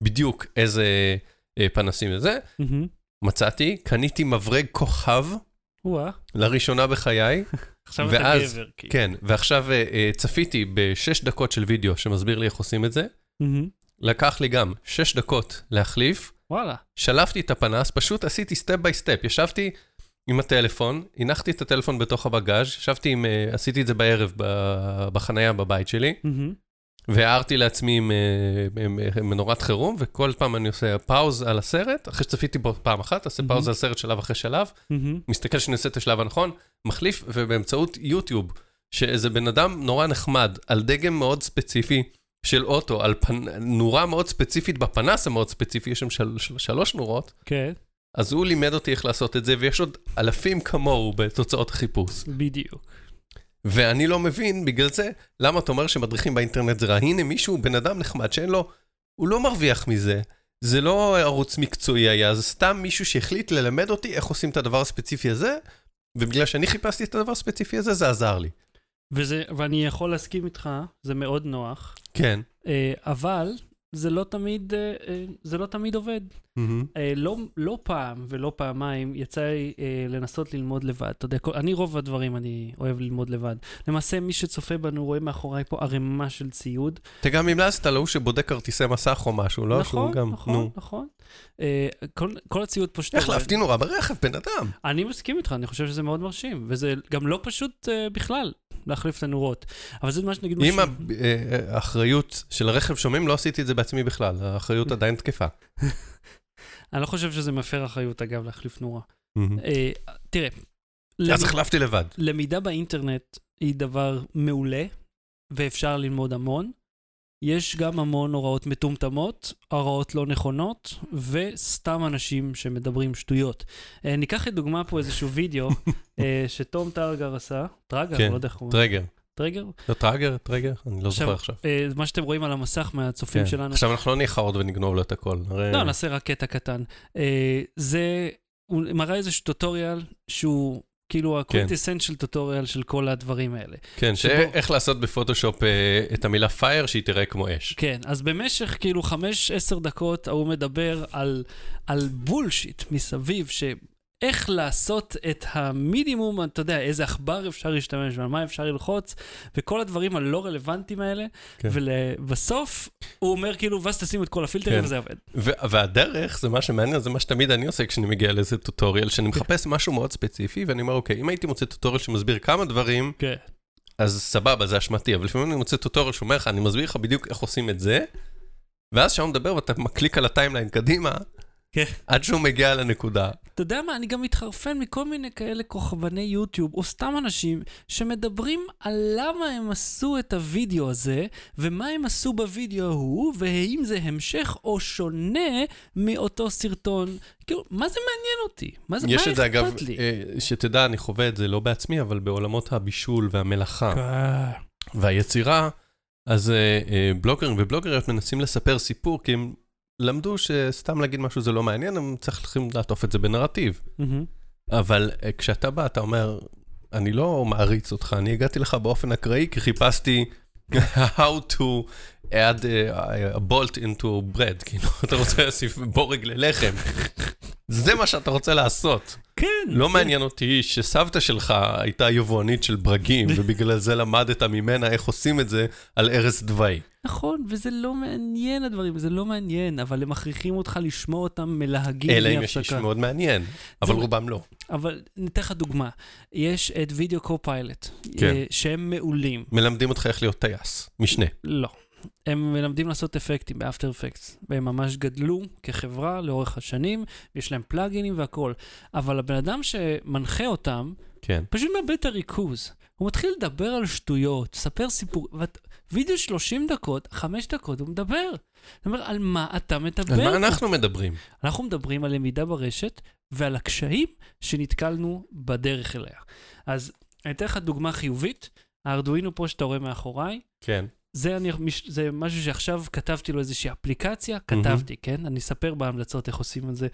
[SPEAKER 2] בדיוק איזה אה, פנסים זה.
[SPEAKER 1] *laughs* מהמם.
[SPEAKER 2] מצאתי, קניתי מברג כוכב,
[SPEAKER 1] וואה,
[SPEAKER 2] לראשונה בחיי,
[SPEAKER 1] עכשיו אתה
[SPEAKER 2] ואז-
[SPEAKER 1] גבר. כאילו.
[SPEAKER 2] כן, ועכשיו אה, אה, צפיתי בשש דקות של וידאו שמסביר לי איך עושים את זה.
[SPEAKER 1] מהמם.
[SPEAKER 2] לקח לי גם שש דקות להחליף,
[SPEAKER 1] וואלה.
[SPEAKER 2] שלפתי את הפנס, פשוט עשיתי סטפ ביי סטפ. ישבתי עם הטלפון, הנחתי את הטלפון בתוך הבגאז', ישבתי עם, אה, עשיתי את זה בערב ב- בחנייה בבית שלי,
[SPEAKER 1] מהמם.
[SPEAKER 2] והערתי לעצמי עם, אה, עם, עם מנורת חירום, וכל פעם אני עושה פאוז על הסרט, אחרי שצפיתי בו פעם אחת, עושה פאוז על הסרט שלב אחרי שלב,
[SPEAKER 1] מהמם.
[SPEAKER 2] מסתכל שאני עושה את השלב הנכון, מחליף, ובאמצעות יוטיוב, שאיזה בן אדם נורא נחמד, על דגם מאוד ספציפי של אוטו, על פנ... נורה מאוד ספציפית בפנס המאוד ספציפי, יש שם של... של... שלוש נורות,
[SPEAKER 1] כן,
[SPEAKER 2] אז הוא לימד אותי איך לעשות את זה, ויש עוד אלפים כמוהו בתוצאות החיפוש.
[SPEAKER 1] בדיוק.
[SPEAKER 2] ואני לא מבין, בגלל זה, למה אתה אומר שמדריכים באינטרנט זה רע? הנה מישהו, בן אדם נחמד שאין לו, הוא לא מרוויח מזה. זה לא ערוץ מקצועי היה, זה סתם מישהו שהחליט ללמד אותי איך עושים את הדבר הספציפי הזה, ובגלל שאני חיפשתי את הדבר הספציפי הזה, זה עזר לי.
[SPEAKER 1] וזה, ואני יכול להסכים איתך, זה מאוד נוח,
[SPEAKER 2] כן.
[SPEAKER 1] אה, אבל זה לא תמיד, אה, אה, זה לא תמיד עובד. אה, לא, לא פעם ולא פעמיים יצא לי אה, לנסות ללמוד לבד. אתה יודע, כל, אני רוב הדברים אני אוהב ללמוד לבד. למעשה, מי שצופה בנו רואה מאחוריי פה ערימה של ציוד.
[SPEAKER 2] אתה גם המלצת להוא שבודק כרטיסי מסך או משהו, לא?
[SPEAKER 1] נכון,
[SPEAKER 2] שהוא גם,
[SPEAKER 1] נכון, כן.
[SPEAKER 2] נו.
[SPEAKER 1] נכון. אה, כל, כל הציוד פה שאתה
[SPEAKER 2] איך
[SPEAKER 1] רואה-
[SPEAKER 2] להפתין נורא ברכב, בן אדם.
[SPEAKER 1] אני מסכים איתך, אני חושב שזה מאוד מרשים, וזה גם לא פשוט אה, בכלל להחליף את הנורות. אבל זה מה שנגיד...
[SPEAKER 2] עם
[SPEAKER 1] משהו-
[SPEAKER 2] ה- אה, האחריות של הרכב שומעים, לא עשיתי את זה בעצמי בכלל, האחריות
[SPEAKER 1] אה.
[SPEAKER 2] עדיין תקפה.
[SPEAKER 1] אני לא חושב שזה מפר אחריות, אגב, להחליף נורה. אה, תראה,
[SPEAKER 2] אז
[SPEAKER 1] למ-
[SPEAKER 2] החלפתי לבד.
[SPEAKER 1] למידה באינטרנט היא דבר מעולה, ואפשר ללמוד המון. יש גם המון הוראות מטומטמות, הוראות לא נכונות, וסתם אנשים שמדברים שטויות. אה, ניקח לדוגמה פה איזשהו
[SPEAKER 2] *laughs*
[SPEAKER 1] וידאו אה, שתום טרגר עשה, טרגר,
[SPEAKER 2] כן,
[SPEAKER 1] לא יודע איך הוא אומר,
[SPEAKER 2] טרגר.
[SPEAKER 1] טרגר?
[SPEAKER 2] לא טראגר, טרגר? אני לא
[SPEAKER 1] עכשיו-
[SPEAKER 2] זוכר עכשיו.
[SPEAKER 1] אה, מה שאתם רואים על המסך מהצופים
[SPEAKER 2] כן.
[SPEAKER 1] שלנו.
[SPEAKER 2] עכשיו אה, אנחנו לא נהיה חאורד ונגנוב לו את הכל. הרי-
[SPEAKER 1] לא, נעשה רק קטע קטן. אה, זה, הוא מראה איזשהו טוטוריאל שהוא כאילו הקונטיסנט טוטוריאל של כל הדברים האלה.
[SPEAKER 2] כן, ש-
[SPEAKER 1] שבו-
[SPEAKER 2] איך לעשות בפוטושופ אה, את המילה פייר שהיא תראה כמו אש.
[SPEAKER 1] כן, אז במשך כאילו חמש, עשר דקות ההוא מדבר על, על בולשיט מסביב, ש... איך לעשות את המינימום, אתה יודע, איזה עכבר אפשר להשתמש ועל מה אפשר ללחוץ, וכל הדברים הלא רלוונטיים האלה,
[SPEAKER 2] כן.
[SPEAKER 1] ובסוף הוא אומר כאילו, ואז תשימו את כל הפילטרים
[SPEAKER 2] כן.
[SPEAKER 1] וזה עובד.
[SPEAKER 2] ו- והדרך, זה מה שמעניין, זה מה שתמיד אני עושה כשאני מגיע לאיזה טוטוריאל, שאני מחפש משהו מאוד ספציפי, ואני אומר, אוקיי, אם הייתי מוצא טוטוריאל שמסביר כמה דברים,
[SPEAKER 1] כן.
[SPEAKER 2] אז סבבה, זה אשמתי, אבל לפעמים אני מוצא טוטוריאל שאומר לך, אני מסביר לך בדיוק איך עושים את זה, ואז שם הוא מדבר ואתה מקליק על הטיימליין קדימה,
[SPEAKER 1] כן.
[SPEAKER 2] עד שהוא מגיע לנקודה.
[SPEAKER 1] אתה יודע מה, אני גם מתחרפן מכל מיני כאלה כוכבני יוטיוב, או סתם אנשים שמדברים על למה הם עשו את הוידאו הזה, ומה הם עשו בוידאו ההוא, והאם זה המשך או שונה מאותו סרטון. כאילו, מה זה מעניין אותי? מה זה, מה
[SPEAKER 2] יש את זה אגב,
[SPEAKER 1] אכפת לי?
[SPEAKER 2] אה, שתדע, אני חווה את זה לא בעצמי, אבל בעולמות הבישול והמלאכה.
[SPEAKER 1] אה,
[SPEAKER 2] והיצירה, אז אה, אה, בלוגרים ובלוגריות מנסים לספר סיפור, כי הם למדו שסתם להגיד משהו זה לא מעניין, הם צריכים לעטוף את זה בנרטיב.
[SPEAKER 1] מהמם.
[SPEAKER 2] אבל אה, כשאתה בא, אתה אומר, אני לא מעריץ אותך, אני הגעתי לך באופן אקראי, כי חיפשתי *laughs* how to add uh, a bolt into bread, *laughs* כאילו, אתה רוצה להוסיף בורג ללחם. זה מה שאתה רוצה לעשות.
[SPEAKER 1] כן.
[SPEAKER 2] לא מעניין אותי שסבתא שלך הייתה יבואנית של *laughs* ברגים, ובגלל זה למדת ממנה איך עושים את זה על ערש דווי.
[SPEAKER 1] נכון, וזה לא מעניין הדברים, זה לא מעניין, אבל הם מכריחים אותך לשמוע אותם מלהגים
[SPEAKER 2] אלא
[SPEAKER 1] בלי
[SPEAKER 2] אם יש איש
[SPEAKER 1] הפסקה.
[SPEAKER 2] מאוד מעניין, אבל
[SPEAKER 1] זה-
[SPEAKER 2] רובם לא.
[SPEAKER 1] אבל ניתן לך דוגמה, יש את וידאו קו-פיילוט, אה,
[SPEAKER 2] כן.
[SPEAKER 1] שהם מעולים.
[SPEAKER 2] מלמדים אותך איך להיות טייס, משנה.
[SPEAKER 1] לא. הם מלמדים לעשות אפקטים באפטר אפקטס, והם ממש גדלו כחברה לאורך השנים, יש להם פלאגינים והכול. אבל הבן אדם שמנחה אותם,
[SPEAKER 2] כן.
[SPEAKER 1] פשוט מאבד את הריכוז. הוא מתחיל לדבר על שטויות, ספר סיפור, ואת, וידאו 30 דקות, 5 דקות הוא מדבר. זאת אומרת, על מה אתה מדבר?
[SPEAKER 2] על מה אנחנו מדברים?
[SPEAKER 1] אנחנו מדברים על למידה ברשת ועל הקשיים שנתקלנו בדרך אליה. אז אני אתן לך דוגמה חיובית, הארדואינו פה שאתה רואה מאחוריי,
[SPEAKER 2] כן.
[SPEAKER 1] זה, אני, מש- זה משהו שעכשיו כתבתי לו איזושהי אפליקציה, כתבתי, כן? אני אספר בהמלצות איך עושים את זה.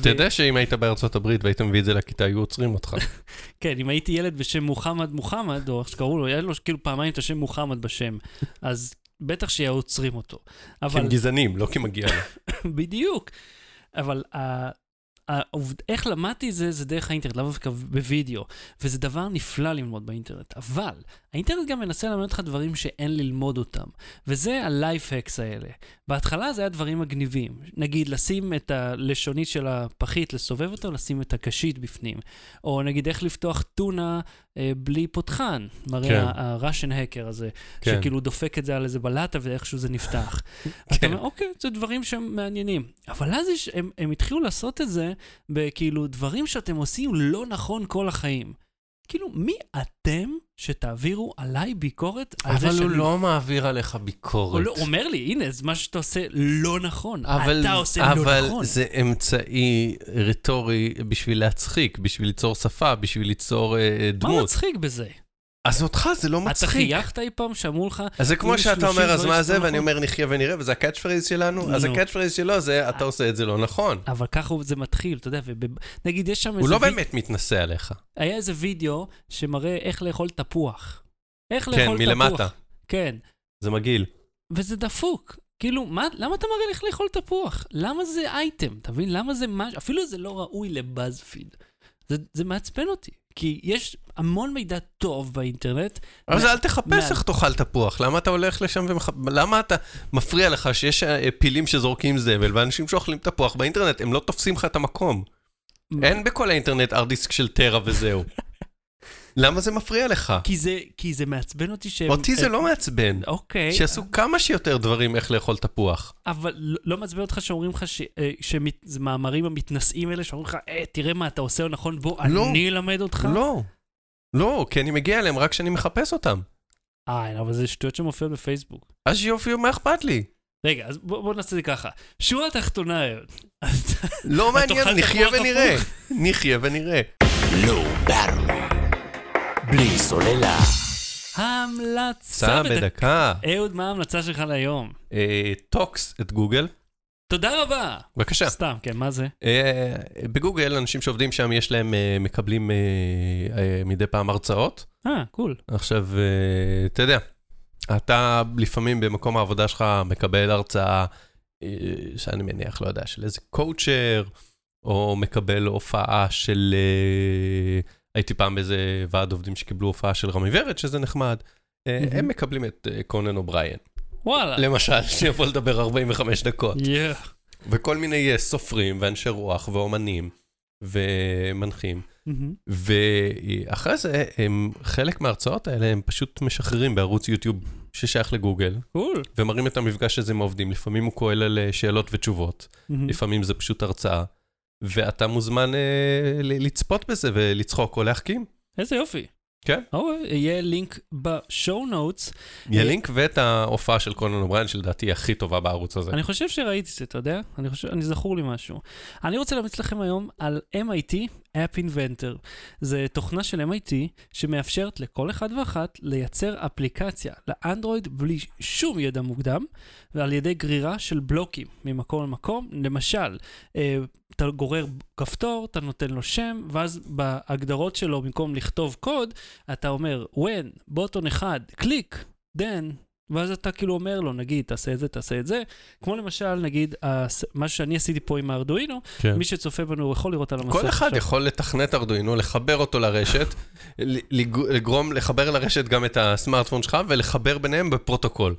[SPEAKER 2] אתה יודע שאם היית בארצות הברית והיית מביא את זה לכיתה, היו עוצרים אותך.
[SPEAKER 1] כן, אם הייתי ילד בשם מוחמד מוחמד, או איך שקראו לו, היה לו כאילו פעמיים את השם מוחמד בשם, אז בטח שהיה עוצרים אותו.
[SPEAKER 2] כי
[SPEAKER 1] אבל,
[SPEAKER 2] הם גזענים, לא כי מגיע
[SPEAKER 1] *laughs*
[SPEAKER 2] להם.
[SPEAKER 1] בדיוק. אבל ה- העובד, איך למדתי את זה, זה דרך האינטרנט, לאו דווקא בווידאו. וזה דבר נפלא ללמוד באינטרנט. אבל, האינטרנט גם מנסה ללמד אותך דברים שאין ללמוד אותם. וזה הלייפהקס האלה. בהתחלה זה היה דברים מגניבים. נגיד, לשים את הלשונית של הפחית, לסובב אותו, לשים את הקשית בפנים. או נגיד, איך לפתוח טונה אה, בלי פותחן. מראה
[SPEAKER 2] כן.
[SPEAKER 1] כן. הראשן האקר הזה.
[SPEAKER 2] כן.
[SPEAKER 1] כן. שכאילו דופק את זה על איזה בלטה ואיכשהו זה נפתח.
[SPEAKER 2] כן.
[SPEAKER 1] אתה אומר, אוקיי, זה דברים שהם מעניינים. אבל אז יש, הם, הם התחילו לעשות את זה בכאילו דברים שאתם עושים לא נכון כל החיים. כאילו, מי אתם שתעבירו עליי ביקורת על זה
[SPEAKER 2] אבל הוא
[SPEAKER 1] שאני-
[SPEAKER 2] לא מעביר עליך
[SPEAKER 1] הוא
[SPEAKER 2] ביקורת.
[SPEAKER 1] לא, הוא אומר לי, הנה, זה מה שאתה עושה לא נכון.
[SPEAKER 2] אבל,
[SPEAKER 1] אתה עושה
[SPEAKER 2] אבל
[SPEAKER 1] לא נכון.
[SPEAKER 2] זה אמצעי רטורי בשביל להצחיק, בשביל ליצור שפה, בשביל ליצור אה,
[SPEAKER 1] מה
[SPEAKER 2] דמות.
[SPEAKER 1] מצחיק בזה?
[SPEAKER 2] אז אותך זה לא
[SPEAKER 1] אתה
[SPEAKER 2] מצחיק.
[SPEAKER 1] חייכת אי פעם שאמרו לך,
[SPEAKER 2] אז זה כמו
[SPEAKER 1] אם
[SPEAKER 2] שאתה אומר,
[SPEAKER 1] 30
[SPEAKER 2] אז
[SPEAKER 1] לא
[SPEAKER 2] מה
[SPEAKER 1] יצא
[SPEAKER 2] זה, ואני
[SPEAKER 1] נכון.
[SPEAKER 2] אומר, נחיה ונראה, וזה הקאץ' פרייז שלנו, אז
[SPEAKER 1] נו.
[SPEAKER 2] הקאץ' פרייז שלו זה, אתה עושה את זה לא נכון.
[SPEAKER 1] אבל ככה זה מתחיל, אתה יודע, ונגיד יש שם איזה...
[SPEAKER 2] הוא לא
[SPEAKER 1] וידאו-
[SPEAKER 2] באמת מתנשא עליך.
[SPEAKER 1] היה איזה וידאו שמראה איך לאכול תפוח. איך
[SPEAKER 2] כן,
[SPEAKER 1] לאכול תפוח.
[SPEAKER 2] מלמטה.
[SPEAKER 1] כן,
[SPEAKER 2] זה מגעיל.
[SPEAKER 1] וזה דפוק. כאילו, מה, למה אתה מראה לי איך לאכול תפוח? למה זה אייטם? אתה מבין? למה זה משהו? אפילו זה לא ראוי לבאזפיד. זה, זה מעצבן אותי. כי יש המון מידע טוב באינטרנט.
[SPEAKER 2] אבל זה
[SPEAKER 1] מה-
[SPEAKER 2] אל תחפש
[SPEAKER 1] מה-
[SPEAKER 2] איך תאכל תפוח, למה אתה הולך לשם ומחפש, למה אתה מפריע לך שיש אה, פילים שזורקים זבל ואנשים שאוכלים תפוח באינטרנט, הם לא תופסים לך את המקום. אין בכל האינטרנט ארט דיסק של טרה
[SPEAKER 1] *laughs*
[SPEAKER 2] וזהו. למה זה מפריע לך?
[SPEAKER 1] כי זה, כי זה מעצבן אותי שהם...
[SPEAKER 2] אותי זה לא מעצבן.
[SPEAKER 1] אוקיי,
[SPEAKER 2] שיעשו כמה שיותר דברים איך לאכול תפוח.
[SPEAKER 1] אבל לא- לא מעצבן אותך שאומרים לך ש... אה, שמת- זה מאמרים המתנשאים האלה שאומרים לך, אה, תראה מה אתה עושה לא נכון, בוא,
[SPEAKER 2] לא.
[SPEAKER 1] אני אלמד אותך?
[SPEAKER 2] לא. לא, כי אני מגיע אליהם רק כשאני מחפש אותם.
[SPEAKER 1] אה, אבל זה שטויות שמופיעות בפייסבוק.
[SPEAKER 2] אז שיופיעו, מה אכפת לי?
[SPEAKER 1] רגע, אז בוא, בוא נעשה את זה ככה. שורה תחתונה אה, היום. אז
[SPEAKER 2] לא מעניין,
[SPEAKER 1] תאכל
[SPEAKER 2] נחיה
[SPEAKER 1] תפוח
[SPEAKER 2] ונראה. *laughs* נחיה ונראה.
[SPEAKER 3] לא ברור. בלי סוללה.
[SPEAKER 1] ההמלצה
[SPEAKER 2] סע
[SPEAKER 1] בדקה.
[SPEAKER 2] בדקה.
[SPEAKER 1] אהוד, מה ההמלצה שלך להיום?
[SPEAKER 2] אה, טוקס את גוגל.
[SPEAKER 1] תודה רבה.
[SPEAKER 2] בבקשה.
[SPEAKER 1] סתם, כן, מה זה?
[SPEAKER 2] אה, בגוגל, אנשים שעובדים שם, יש להם, אה, מקבלים אה, אה, מדי פעם הרצאות.
[SPEAKER 1] אה, קול.
[SPEAKER 2] עכשיו, אה, אתה יודע, אתה לפעמים במקום העבודה שלך מקבל הרצאה, אה, שאני מניח, לא יודע, של איזה קואוצ'ר, או מקבל הופעה של... אה, הייתי פעם באיזה ועד עובדים שקיבלו הופעה של רמי ורד, שזה נחמד. אה,
[SPEAKER 1] מהמם.
[SPEAKER 2] הם מקבלים את אה, קונן אובריין,
[SPEAKER 1] וואלה.
[SPEAKER 2] למשל, *laughs* שיבוא לדבר 45 דקות.
[SPEAKER 1] יא.
[SPEAKER 2] וכל מיני אה, סופרים ואנשי רוח ואומנים ומנחים.
[SPEAKER 1] מהמם.
[SPEAKER 2] ואחרי זה, הם, חלק מההרצאות האלה הם פשוט משחררים בערוץ יוטיוב ששייך לגוגל,
[SPEAKER 1] קול.
[SPEAKER 2] ומראים את המפגש הזה עם העובדים. לפעמים הוא כולל על אה, שאלות ותשובות,
[SPEAKER 1] מהמם.
[SPEAKER 2] לפעמים זה פשוט הרצאה, ואתה מוזמן אה, ל- לצפות בזה ולצחוק או להחכים.
[SPEAKER 1] Mm-hmm. איזה יופי.
[SPEAKER 2] כן.
[SPEAKER 1] אוי, יהיה לינק בשואו נוטס.
[SPEAKER 2] יהיה
[SPEAKER 1] אה,
[SPEAKER 2] לינק ואת ההופעה של קונן אובריין, שלדעתי היא הכי טובה בערוץ הזה.
[SPEAKER 1] אני חושב שראיתי את זה, אתה יודע? אני חושב, אני זכור לי משהו. אני רוצה להמליץ לכם היום על MIT App Inventor. זה תוכנה של MIT שמאפשרת לכל אחד ואחת לייצר אפליקציה לאנדרואיד בלי שום ידע מוקדם, ועל ידי גרירה של בלוקים ממקום למקום. למשל, אה, אתה גורר כפתור, אתה נותן לו שם, ואז בהגדרות שלו, במקום לכתוב קוד, אתה אומר when, בוטון אחד, קליק, then. ואז אתה כאילו אומר לו, נגיד, תעשה את זה, תעשה את זה, כמו למשל, נגיד, הס- מה שאני עשיתי פה עם הארדואינו,
[SPEAKER 2] כן.
[SPEAKER 1] מי שצופה בנו הוא יכול לראות על המסך.
[SPEAKER 2] כל אחד
[SPEAKER 1] עכשיו.
[SPEAKER 2] יכול לתכנת ארדואינו, לחבר אותו לרשת, ל- לג- לגרום, לחבר לרשת גם את הסמארטפון שלך ולחבר ביניהם בפרוטוקול.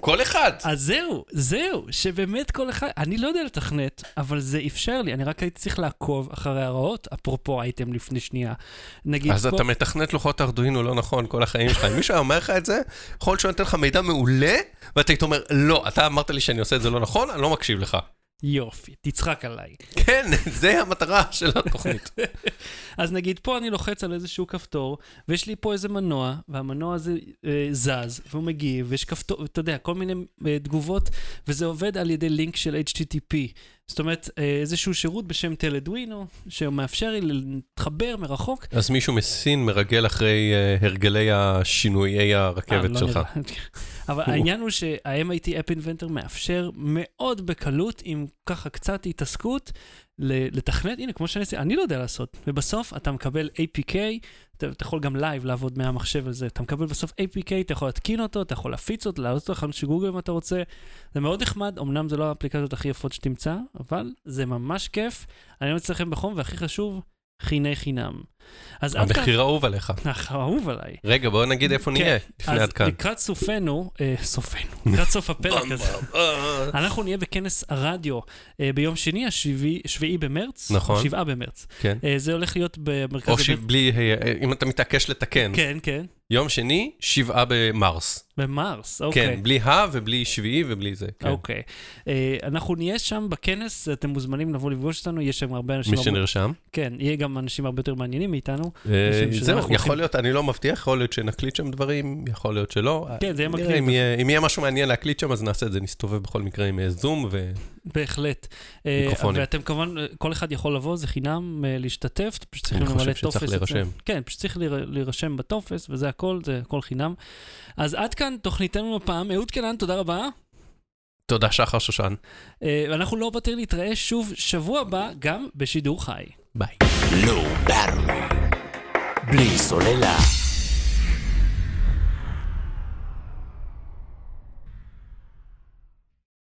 [SPEAKER 2] כל אחד.
[SPEAKER 1] אז זהו, זהו, שבאמת כל אחד, אני לא יודע לתכנת, אבל זה אפשר לי, אני רק הייתי צריך לעקוב אחרי הרעות, אפרופו אייטם לפני שנייה. נגיד
[SPEAKER 2] אז
[SPEAKER 1] פה,
[SPEAKER 2] אתה מתכנת לוחות ארדואינו לא נכון כל החיים שלך. אם מישהו היה אומר לך את זה, יכול להיות שהוא נותן לך מידע מעולה, ואתה היית אומר, לא, אתה אמרת לי שאני עושה את זה לא נכון, אני לא מקשיב לך.
[SPEAKER 1] יופי, תצחק עליי.
[SPEAKER 2] כן, *laughs* זה המטרה של התוכנית.
[SPEAKER 1] אז נגיד, פה אני לוחץ על איזשהו כפתור, ויש לי פה איזה מנוע, והמנוע הזה אה, זז, והוא מגיב, ויש כפתור, אתה יודע, כל מיני אה, תגובות, וזה עובד על ידי לינק של HTTP. זאת אומרת, אה, איזשהו שירות בשם טלדווינו, שמאפשר לי להתחבר מרחוק.
[SPEAKER 2] *laughs* אז מישהו מסין מרגל אחרי אה, הרגלי השינויי
[SPEAKER 1] אה,
[SPEAKER 2] הרכבת
[SPEAKER 1] לא
[SPEAKER 2] שלך.
[SPEAKER 1] נראה. *laughs* אבל העניין הוא שה-MIT App Inventor מאפשר מאוד בקלות, עם ככה קצת התעסקות, ל- לתכנת, הנה, כמו שאני עשיתי, אני לא יודע לעשות. ובסוף אתה מקבל APK, אתה, אתה יכול גם לייב לעבוד מהמחשב הזה, אתה מקבל בסוף APK, אתה יכול להתקין אותו, אתה יכול להפיץ אותו, להעלות אותו לחנות של גוגל אם אתה רוצה. זה מאוד נחמד, אמנם זה לא האפליקציות הכי יפות שתמצא, אבל זה ממש כיף. אני ממליץ לכם בחום, והכי חשוב, חיני חינם. אז עד כאן... *laughs*
[SPEAKER 2] המחיר האהוב עליך.
[SPEAKER 1] אך, אהוב עליי.
[SPEAKER 2] רגע, בואו נגיד איפה
[SPEAKER 1] כן,
[SPEAKER 2] נהיה, לפני עד כאן.
[SPEAKER 1] אז לקראת סופנו, אה, סופנו, לקראת סוף
[SPEAKER 2] *laughs*
[SPEAKER 1] הפרק הזה, אנחנו נהיה בכנס הרדיו אה, ביום שני, השביעי שביעי במרץ.
[SPEAKER 2] נכון.
[SPEAKER 1] שבעה במרץ.
[SPEAKER 2] כן.
[SPEAKER 1] אה, זה הולך להיות במרכז...
[SPEAKER 2] או
[SPEAKER 1] הבית-
[SPEAKER 2] שבלי, אה, אם אתה מתעקש לתקן,
[SPEAKER 1] כן, כן.
[SPEAKER 2] יום שני, שבעה במרס.
[SPEAKER 1] במרס, אוקיי.
[SPEAKER 2] כן, בלי ה ובלי שביעי ובלי זה. כן.
[SPEAKER 1] אוקיי. אה, אנחנו נהיה שם בכנס, אתם מוזמנים לבוא לפגוש אותנו, יש שם הרבה אנשים...
[SPEAKER 2] מי
[SPEAKER 1] הרבה-
[SPEAKER 2] שנרשם.
[SPEAKER 1] כן, יהיה גם אנשים הרבה יותר מעניינים מאיתנו.
[SPEAKER 2] אה,
[SPEAKER 1] שזה
[SPEAKER 2] זהו,
[SPEAKER 1] אנחנו הולכים-
[SPEAKER 2] יכול להיות, אני לא מבטיח, יכול להיות שנקליט שם דברים, יכול להיות שלא.
[SPEAKER 1] כן, זה יהיה
[SPEAKER 2] נראה,
[SPEAKER 1] מקליט.
[SPEAKER 2] אם יהיה- אם יהיה משהו מעניין להקליט שם, אז נעשה את זה, נסתובב בכל מקרה עם אה, זום, ו...
[SPEAKER 1] בהחלט. אה,
[SPEAKER 2] מיקרופונים.
[SPEAKER 1] ואתם כמובן, אה, כל אחד יכול לבוא, זה חינם אה, להשתתף, אתם פשוט צריכים
[SPEAKER 2] אני חושב
[SPEAKER 1] למלא טופס.
[SPEAKER 2] שצריך
[SPEAKER 1] אצלנו.
[SPEAKER 2] להירשם.
[SPEAKER 1] כן, פשוט צריך להיר- להירשם בטופס, וזה הכל, זה הכל חינם. אז עד כאן תוכניתנו הפעם. אהוד קנן, תודה רבה.
[SPEAKER 2] תודה, שחר שושן.
[SPEAKER 1] אה, ואנחנו לא בטר נתראה שוב שבוע הבא, גם בשידור חי.
[SPEAKER 2] ביי.
[SPEAKER 3] Low Battery. בלי סוללה.